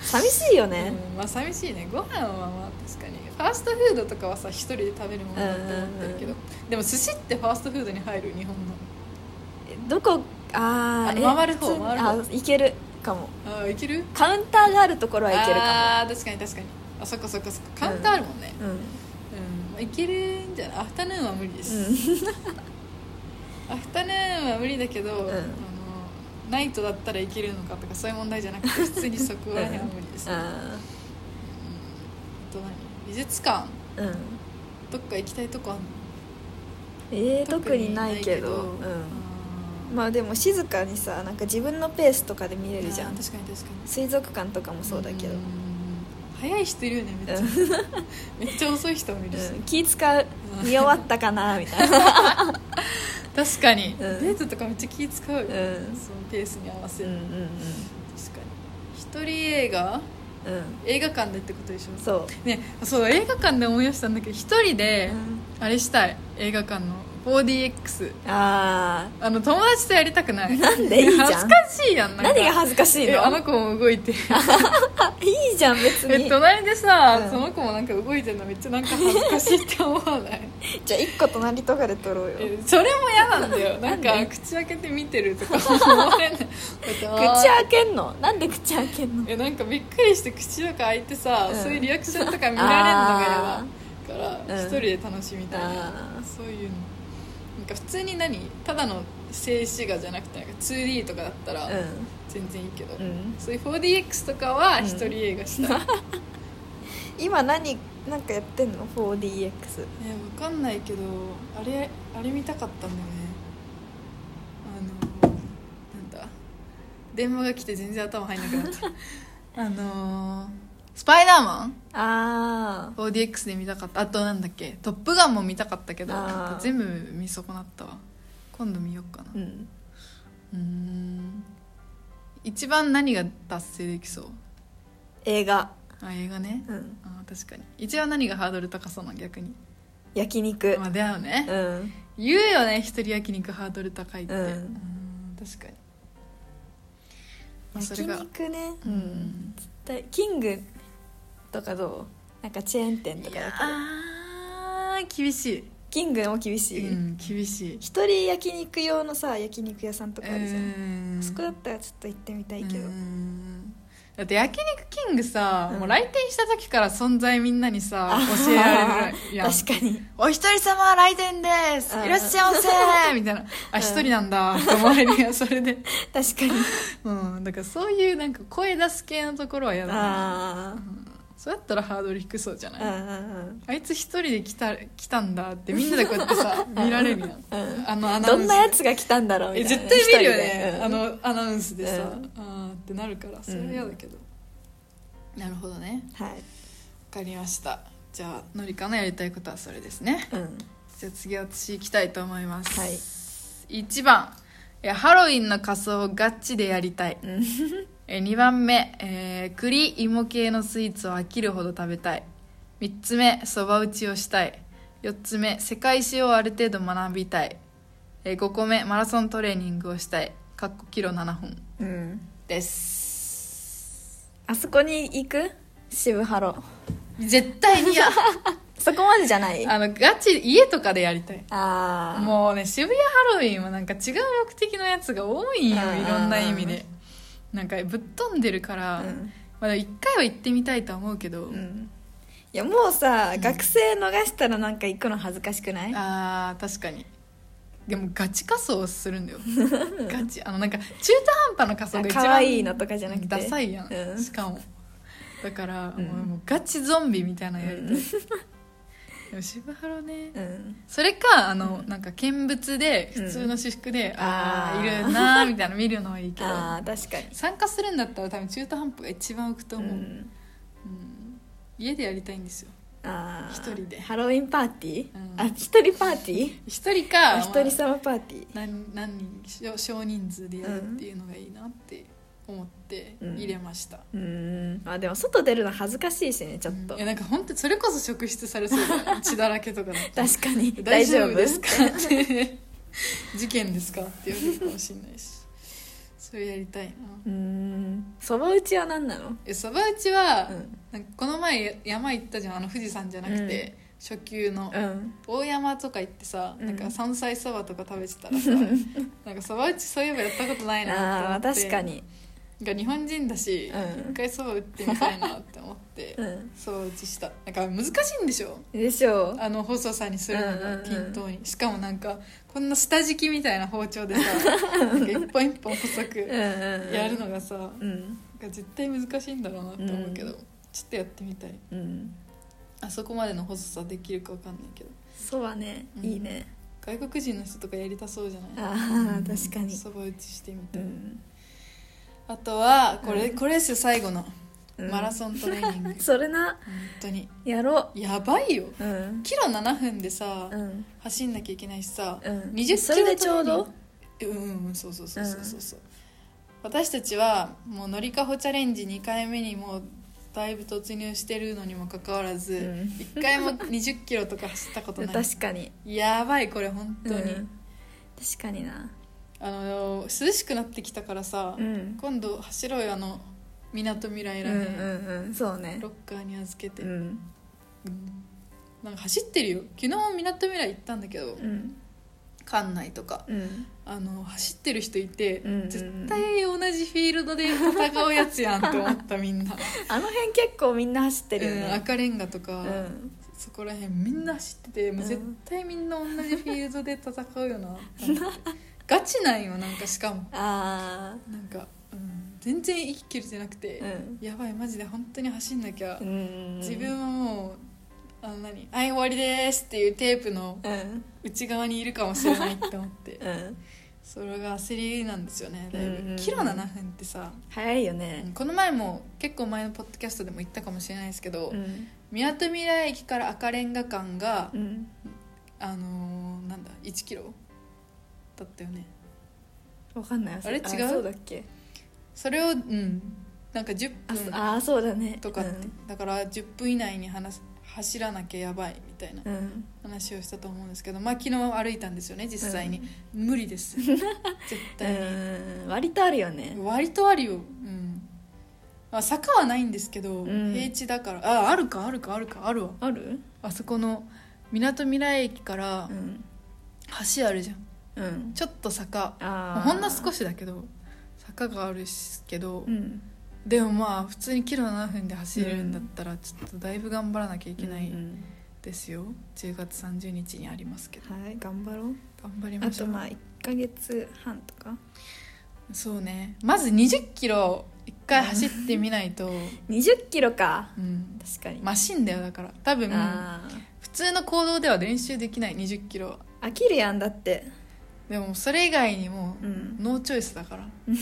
[SPEAKER 1] 寂しいよね、
[SPEAKER 2] うんまあ寂しいねご飯はまあ確かにファーストフードとかはさ一人で食べるものだと思ってるけど、でも寿司ってファーストフードに入る日本の
[SPEAKER 1] どこあ
[SPEAKER 2] あ
[SPEAKER 1] ーえ
[SPEAKER 2] 回る方
[SPEAKER 1] 普通に
[SPEAKER 2] 回る方
[SPEAKER 1] あいけるかも
[SPEAKER 2] ああいける
[SPEAKER 1] カウンターがあるところはいけるか
[SPEAKER 2] ああー確かに確かにあそっかそっかそっかカウンターあるもんね
[SPEAKER 1] もうん
[SPEAKER 2] うん、まあ、いけるんじゃないアフタヌーンは無理です、アフタヌーンは無理だけど、
[SPEAKER 1] ん
[SPEAKER 2] あのナイトだったらいけるのかとかそういう問題じゃなく て普通にそこら辺は無理です、あ
[SPEAKER 1] あ
[SPEAKER 2] と何美術館
[SPEAKER 1] ーうん
[SPEAKER 2] どっか行きたいとこあんの
[SPEAKER 1] えー、特にないけど
[SPEAKER 2] 特にないけど
[SPEAKER 1] うん、まあでも静かにさなんか自分のペースとかで見れるじゃ
[SPEAKER 2] あ
[SPEAKER 1] ん
[SPEAKER 2] ー確かに確かに
[SPEAKER 1] 水族館とかもそうだけど、う
[SPEAKER 2] ん
[SPEAKER 1] ん
[SPEAKER 2] 早い人いるよねめっちゃ めっちゃ遅い人もいるし、
[SPEAKER 1] 気使う
[SPEAKER 2] うん
[SPEAKER 1] 見終わったかなみたいな、
[SPEAKER 2] 確かに、
[SPEAKER 1] ん
[SPEAKER 2] デートとかめっちゃ気使うよ、
[SPEAKER 1] うん、
[SPEAKER 2] そのペースに合わせ
[SPEAKER 1] うんう
[SPEAKER 2] る、
[SPEAKER 1] ん
[SPEAKER 2] 確かに一人映画
[SPEAKER 1] うん
[SPEAKER 2] 映画館でってことでし
[SPEAKER 1] うん
[SPEAKER 2] ょ
[SPEAKER 1] そう、
[SPEAKER 2] ねそう映画館で思い出したんだけど一人で、あれしたい映画館の 4DX
[SPEAKER 1] あ
[SPEAKER 2] あの友達とやりた くない
[SPEAKER 1] なんでいいじゃん
[SPEAKER 2] 恥ずかしいや
[SPEAKER 1] あ
[SPEAKER 2] んなんか
[SPEAKER 1] 何が恥ずかしい
[SPEAKER 2] え
[SPEAKER 1] の
[SPEAKER 2] あの子も動いて
[SPEAKER 1] いいじゃん別
[SPEAKER 2] え
[SPEAKER 1] に
[SPEAKER 2] 隣でさ、
[SPEAKER 1] うん
[SPEAKER 2] その子もなんか動いてるのめっちゃなんか恥ずかしいって思わ ない
[SPEAKER 1] じゃあ1個隣とかで撮ろうよ
[SPEAKER 2] えそれも嫌なんだよなん
[SPEAKER 1] な
[SPEAKER 2] か
[SPEAKER 1] んで
[SPEAKER 2] 口開けて見てると か思われない
[SPEAKER 1] 口開けんのなんで口開けんの
[SPEAKER 2] えなんかびっくりして口とか開いてさ、
[SPEAKER 1] うん
[SPEAKER 2] そういうリアクションとか見られるのが
[SPEAKER 1] あ
[SPEAKER 2] 嫌だから
[SPEAKER 1] うん
[SPEAKER 2] 一人で楽しみたいな、
[SPEAKER 1] あー
[SPEAKER 2] そういうのなんか普通に何ただの静止画じゃなくてなんか 2D とかだったら
[SPEAKER 1] う
[SPEAKER 2] 全然いいけど、
[SPEAKER 1] ん、うん、
[SPEAKER 2] そういう 4DX とかは一人映画 したい、
[SPEAKER 1] 今何なんかやってんの 4DX
[SPEAKER 2] えわかんないけどあれあれ見たかったんだよねあのなんだ電話が来て全然頭入んなくなっ たあのースパイダーマン
[SPEAKER 1] あ
[SPEAKER 2] 4DX で見たかったあとなんだっけ「トップガン」も見たかったけど
[SPEAKER 1] あー
[SPEAKER 2] なんか全部見損なったわ今度見ようかな
[SPEAKER 1] あうん
[SPEAKER 2] うーん一番何が達成できそう
[SPEAKER 1] 映画
[SPEAKER 2] あ映画ね
[SPEAKER 1] うん
[SPEAKER 2] あー確かに一番何がハードル高そうなの逆に
[SPEAKER 1] 焼肉
[SPEAKER 2] まあだよね、
[SPEAKER 1] うん
[SPEAKER 2] 言うよね一人焼肉ハードル高いって、
[SPEAKER 1] うん
[SPEAKER 2] うん確かに、まあ、そ
[SPEAKER 1] 焼
[SPEAKER 2] れが
[SPEAKER 1] 肉ね
[SPEAKER 2] う
[SPEAKER 1] うんん絶対キングとかどうなんかチェーン店とかだけど
[SPEAKER 2] あー厳し
[SPEAKER 1] キングも厳
[SPEAKER 2] い、
[SPEAKER 1] しい、
[SPEAKER 2] うん、厳しい
[SPEAKER 1] 一人焼肉用のさ焼肉屋さんとかあるじゃん、
[SPEAKER 2] うん
[SPEAKER 1] そこだったらちょっと行ってみたいけど、
[SPEAKER 2] うんだって焼肉キングさ、
[SPEAKER 1] うん
[SPEAKER 2] もう来店した時から存在みんなにさ
[SPEAKER 1] あ
[SPEAKER 2] 教えられるやん
[SPEAKER 1] 確かに
[SPEAKER 2] お一人様来店です
[SPEAKER 1] うん
[SPEAKER 2] いらっしゃいませみたいな あ
[SPEAKER 1] うん
[SPEAKER 2] 一人なんだって思われるやんそれで
[SPEAKER 1] 確かに
[SPEAKER 2] うんだからそういうなんか声出す系のところは嫌だな
[SPEAKER 1] ああ
[SPEAKER 2] うんそうやったらハードル低そうじゃない、
[SPEAKER 1] うんうん
[SPEAKER 2] あいつ一人で来た来たんだってみんなでこうやってさ 見られるやん、
[SPEAKER 1] ん
[SPEAKER 2] あのア
[SPEAKER 1] うん
[SPEAKER 2] ナ
[SPEAKER 1] ど
[SPEAKER 2] ウンス
[SPEAKER 1] んなやつが来たんだろうみ
[SPEAKER 2] え
[SPEAKER 1] たい
[SPEAKER 2] 絶
[SPEAKER 1] な
[SPEAKER 2] 対見るよ
[SPEAKER 1] 一人
[SPEAKER 2] ね
[SPEAKER 1] で、うん
[SPEAKER 2] あのアナウンスで
[SPEAKER 1] う
[SPEAKER 2] さ、
[SPEAKER 1] ん
[SPEAKER 2] あーってなるからそれは嫌だけど、なるほどね
[SPEAKER 1] はい
[SPEAKER 2] わかりましたじゃあのりかのやりたいことはそれですね
[SPEAKER 1] うん
[SPEAKER 2] じゃあ次私行きたいと思います、
[SPEAKER 1] はい
[SPEAKER 2] 1番えハロウィンの仮装をガチでやりたい
[SPEAKER 1] うん
[SPEAKER 2] え2番目、えー栗芋系のスイーツを飽きるほど食べたい3つ目そば打ちをしたい4つ目世界史をある程度学びたい、え5個目マラソントレーニングをしたいかっこキロ7本
[SPEAKER 1] うん
[SPEAKER 2] です
[SPEAKER 1] あそこに行く渋ハロ
[SPEAKER 2] 絶対 に嫌
[SPEAKER 1] そこまでじゃないあ
[SPEAKER 2] あのガチ家とかでやりたい
[SPEAKER 1] あー
[SPEAKER 2] もうね渋谷ハロウィンはなんか違う目的のやつが多いんよ
[SPEAKER 1] うんうんうん
[SPEAKER 2] いろんな意味でなんかぶっ飛んでるから、
[SPEAKER 1] うん
[SPEAKER 2] まあ、1回は行ってみたいとは思うけど、
[SPEAKER 1] うんいやもうさ、学生逃したらなんか行くの恥ずかしくない
[SPEAKER 2] あー確かにでもガチ仮装するん だよガチあのなんか中途半端な仮装が一番
[SPEAKER 1] 可愛いのとかじゃなくて
[SPEAKER 2] ダサいやん、
[SPEAKER 1] うん
[SPEAKER 2] しかもだから、
[SPEAKER 1] うん
[SPEAKER 2] もうもうガチゾンビみたいなのやりた
[SPEAKER 1] う
[SPEAKER 2] い、でも渋ハロね、
[SPEAKER 1] うん
[SPEAKER 2] それかあの、なんか見物で普通の私服で、ああ
[SPEAKER 1] あ
[SPEAKER 2] い
[SPEAKER 1] ー
[SPEAKER 2] るなーみたいなの見るのはいい けど
[SPEAKER 1] ああ確かに
[SPEAKER 2] 参加するんだったら多分中途半端が一番浮くと思う、
[SPEAKER 1] ん
[SPEAKER 2] うん家でやりたいんですよ
[SPEAKER 1] あー
[SPEAKER 2] 一人で
[SPEAKER 1] ハロウィンパーティー、
[SPEAKER 2] うん
[SPEAKER 1] あ一人パーティー
[SPEAKER 2] 一人か
[SPEAKER 1] お一人
[SPEAKER 2] まあ
[SPEAKER 1] 様パーティー
[SPEAKER 2] 何何人少少人数でやるっていうのがいいなって思って
[SPEAKER 1] うん
[SPEAKER 2] 入れました、
[SPEAKER 1] うーんまあでも外出るの恥ずかしいしねちょっと、
[SPEAKER 2] いやなんか本当それこそ職質されそうだよ血だらけとかだと
[SPEAKER 1] 確かに 大
[SPEAKER 2] 大丈
[SPEAKER 1] 丈
[SPEAKER 2] 夫
[SPEAKER 1] 夫
[SPEAKER 2] ですかって事件ですかって言われるかもしれないしそれやりたいな
[SPEAKER 1] うーんそば打ちは何なの
[SPEAKER 2] えそば打ちは、
[SPEAKER 1] うん
[SPEAKER 2] なんかこの前山行ったじゃんあの富士山じゃなくて、初級の、
[SPEAKER 1] うん
[SPEAKER 2] 大山とか行ってさ、
[SPEAKER 1] うん
[SPEAKER 2] なんか山菜そばとか食べてた らさなんかそば打ちそういえばやったことないなって
[SPEAKER 1] あ
[SPEAKER 2] 思
[SPEAKER 1] あ
[SPEAKER 2] って
[SPEAKER 1] 確かに
[SPEAKER 2] が日本人だし、
[SPEAKER 1] うん
[SPEAKER 2] 一回そば打ってみたいなって思って
[SPEAKER 1] うん
[SPEAKER 2] そば、打ちしたなんか難しいんでしょ
[SPEAKER 1] でしょう
[SPEAKER 2] あの細さにするの
[SPEAKER 1] うんうん
[SPEAKER 2] が
[SPEAKER 1] うん
[SPEAKER 2] 均等に、しかもなんかこんな下敷きみたいな包丁でさなんか一本一本細く
[SPEAKER 1] うんうんうん
[SPEAKER 2] やるのがさ、
[SPEAKER 1] うん
[SPEAKER 2] なんか絶対難しいんだろうなって思うけど、
[SPEAKER 1] う
[SPEAKER 2] ちょっとやってみたい
[SPEAKER 1] うん
[SPEAKER 2] あそこまでの細さできるかわかんないけど
[SPEAKER 1] そばね、
[SPEAKER 2] うん
[SPEAKER 1] いいね
[SPEAKER 2] 外国人の人とかやりたそうじゃない
[SPEAKER 1] ああ確かに
[SPEAKER 2] そば打ちしてみ
[SPEAKER 1] う
[SPEAKER 2] たい、
[SPEAKER 1] ん、
[SPEAKER 2] あとはこれ、
[SPEAKER 1] うん
[SPEAKER 2] これですよ最後の、
[SPEAKER 1] うん
[SPEAKER 2] マラソントレ ーニング本
[SPEAKER 1] それな
[SPEAKER 2] 当に
[SPEAKER 1] やろ
[SPEAKER 2] やばいよ
[SPEAKER 1] ううん
[SPEAKER 2] キロ7分でさ、
[SPEAKER 1] うん
[SPEAKER 2] 走んなきゃいけないしさ、
[SPEAKER 1] うん
[SPEAKER 2] 20キロ
[SPEAKER 1] それでちょうど
[SPEAKER 2] トレーニングうんうんそうそうそうそうそうそう私たちはもうのりかほチャレンジ2回目にもうだいぶ突入してるのにもかかわらず、
[SPEAKER 1] うん
[SPEAKER 2] 1回も2 0キロとか走ったことな い
[SPEAKER 1] 確かに
[SPEAKER 2] やばいこれ本当に、
[SPEAKER 1] うん確かにな
[SPEAKER 2] あの涼しくなってきたからさ、
[SPEAKER 1] うん
[SPEAKER 2] 今度走ろうよあのみなとみらいら
[SPEAKER 1] うん
[SPEAKER 2] ね、
[SPEAKER 1] うんうんそうね
[SPEAKER 2] ロッカーに預けて、
[SPEAKER 1] うん
[SPEAKER 2] うんなんか走ってるよ昨日みなとみらい行ったんだけど、
[SPEAKER 1] うん
[SPEAKER 2] 館内とか
[SPEAKER 1] うん
[SPEAKER 2] あの走ってる人いて、
[SPEAKER 1] うんうんうん
[SPEAKER 2] 絶対同じフィールドで戦うやつやんって思ったみんな、
[SPEAKER 1] あの辺結構みんな走ってるよ
[SPEAKER 2] うん
[SPEAKER 1] ね
[SPEAKER 2] 赤レンガと
[SPEAKER 1] う
[SPEAKER 2] か、
[SPEAKER 1] ん
[SPEAKER 2] そこら辺みんな走っててもう
[SPEAKER 1] うん
[SPEAKER 2] 絶対みんな同じフィールドで戦うよなって思ってガチなんよなんかしかも
[SPEAKER 1] あ
[SPEAKER 2] なんか、うん、全然息切れてなくて
[SPEAKER 1] あ、うん
[SPEAKER 2] やばいマジで本当に走んなきゃ、
[SPEAKER 1] うん
[SPEAKER 2] 自分はもうあの何「はい終わりです」っていうテープの
[SPEAKER 1] うん
[SPEAKER 2] 内側にいるかもしれないって思って
[SPEAKER 1] うん
[SPEAKER 2] それが焦りなんですよねだいぶ、
[SPEAKER 1] うんうん
[SPEAKER 2] キロ7分ってさ、
[SPEAKER 1] 早いよね
[SPEAKER 2] この前も結構前のポッドキャストでも言ったかもしれないですけど
[SPEAKER 1] うん
[SPEAKER 2] みなとみらい駅から赤レンガ間が、
[SPEAKER 1] うん
[SPEAKER 2] あのーなんだ1キロだったよね
[SPEAKER 1] わかんない
[SPEAKER 2] あれ違う
[SPEAKER 1] そうだっけ
[SPEAKER 2] それをうんなんか10
[SPEAKER 1] あそ
[SPEAKER 2] 分
[SPEAKER 1] あーそうだね
[SPEAKER 2] とかって、だから10分以内に話す走らなきゃやばいみたいな
[SPEAKER 1] うんうん
[SPEAKER 2] 話をしたと思うんですけどまあ昨日歩いたんですよね実際に、無理です 絶対に、
[SPEAKER 1] うん割とあるよね
[SPEAKER 2] 割とあるよ、うんまあ、坂はないんですけど、
[SPEAKER 1] うん
[SPEAKER 2] 平地だからああるかあるかあるかあるわ
[SPEAKER 1] ある
[SPEAKER 2] あそこのみなとみらい駅から
[SPEAKER 1] うん
[SPEAKER 2] 橋あるじゃん
[SPEAKER 1] うん
[SPEAKER 2] ちょっと坂ま
[SPEAKER 1] あ
[SPEAKER 2] あ
[SPEAKER 1] ー
[SPEAKER 2] ほんの少しだけど坂があるしけど、
[SPEAKER 1] うん
[SPEAKER 2] でもまあ普通にキロ7分で走れるんだったらちょっとだいぶ頑張らなきゃいけない
[SPEAKER 1] うんうん
[SPEAKER 2] ですよ、10月30日にありますけど
[SPEAKER 1] はい頑張ろう
[SPEAKER 2] 頑張り
[SPEAKER 1] あ
[SPEAKER 2] ましょ
[SPEAKER 1] と
[SPEAKER 2] う
[SPEAKER 1] まあ1ヶ月半とか
[SPEAKER 2] そうねまず2 0キロ一回走ってみないと、
[SPEAKER 1] 2 0キロか
[SPEAKER 2] うん、
[SPEAKER 1] 確かに、
[SPEAKER 2] マシンだよだから多分
[SPEAKER 1] あ
[SPEAKER 2] 普通の行動では練習できない2 0キロは
[SPEAKER 1] ー飽きるやんだって
[SPEAKER 2] でもそれ以外にも
[SPEAKER 1] うん
[SPEAKER 2] ノーチョイスだから、
[SPEAKER 1] 今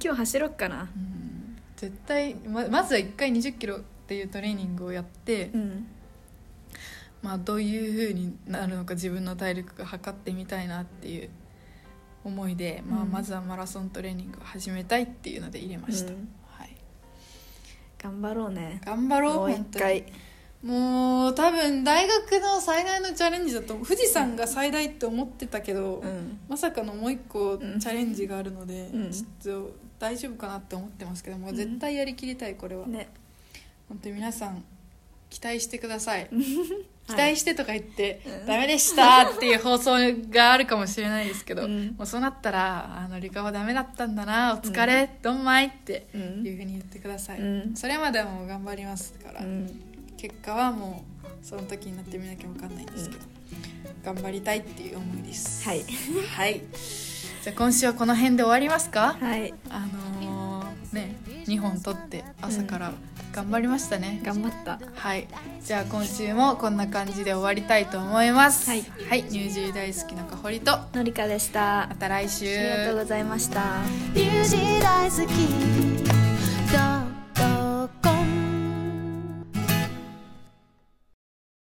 [SPEAKER 1] 日走ろっかな
[SPEAKER 2] うん絶対ままずは1回2 0キロっていうトレーニングをやって、
[SPEAKER 1] うん
[SPEAKER 2] まあ、どういうふうになるのか自分の体力が測ってみたいなっていう思いで、まあ、
[SPEAKER 1] うん
[SPEAKER 2] まずはマラソントレーニングを始めたいっていうので入れました、
[SPEAKER 1] うん
[SPEAKER 2] はい、
[SPEAKER 1] 頑張ろうね
[SPEAKER 2] 頑張ろう
[SPEAKER 1] もう一
[SPEAKER 2] 本当に
[SPEAKER 1] 回
[SPEAKER 2] もう多分大学の最大のチャレンジだと富士山が最大って思ってたけど、
[SPEAKER 1] うん
[SPEAKER 2] まさかのもう一個チ
[SPEAKER 1] うん
[SPEAKER 2] ャレンジがあるので、
[SPEAKER 1] うん
[SPEAKER 2] ちょっと大丈夫かなって思ってますけども、
[SPEAKER 1] うん
[SPEAKER 2] 絶対やりきりたいこれは、
[SPEAKER 1] ね
[SPEAKER 2] 本当に皆さん期待してくださ い期
[SPEAKER 1] は
[SPEAKER 2] 待
[SPEAKER 1] い
[SPEAKER 2] してとか言って、ダメでしたっていう放送があるかもしれないですけど、
[SPEAKER 1] うん
[SPEAKER 2] もうそうなったら「あのリカはダメだったんだなお疲れ、どんまい」って
[SPEAKER 1] う
[SPEAKER 2] いうんふうに言ってください、
[SPEAKER 1] うん
[SPEAKER 2] それまではもう頑張りますから、
[SPEAKER 1] うん
[SPEAKER 2] 結果はもうその時になってみなきゃ分かんないんですけど、頑張りたいっていう思いです
[SPEAKER 1] はい
[SPEAKER 2] はいじゃあ今週はこの辺で終わりますか
[SPEAKER 1] はい
[SPEAKER 2] あのーね2本撮って朝から頑張りましたね、
[SPEAKER 1] 頑張った
[SPEAKER 2] はいじゃあ今週もこんな感じで終わりたいと思います
[SPEAKER 1] はい
[SPEAKER 2] ニュージー大好きのかほりとま
[SPEAKER 1] のりかでした
[SPEAKER 2] た来週
[SPEAKER 1] ありがとうございました
[SPEAKER 3] リュウジ大好きど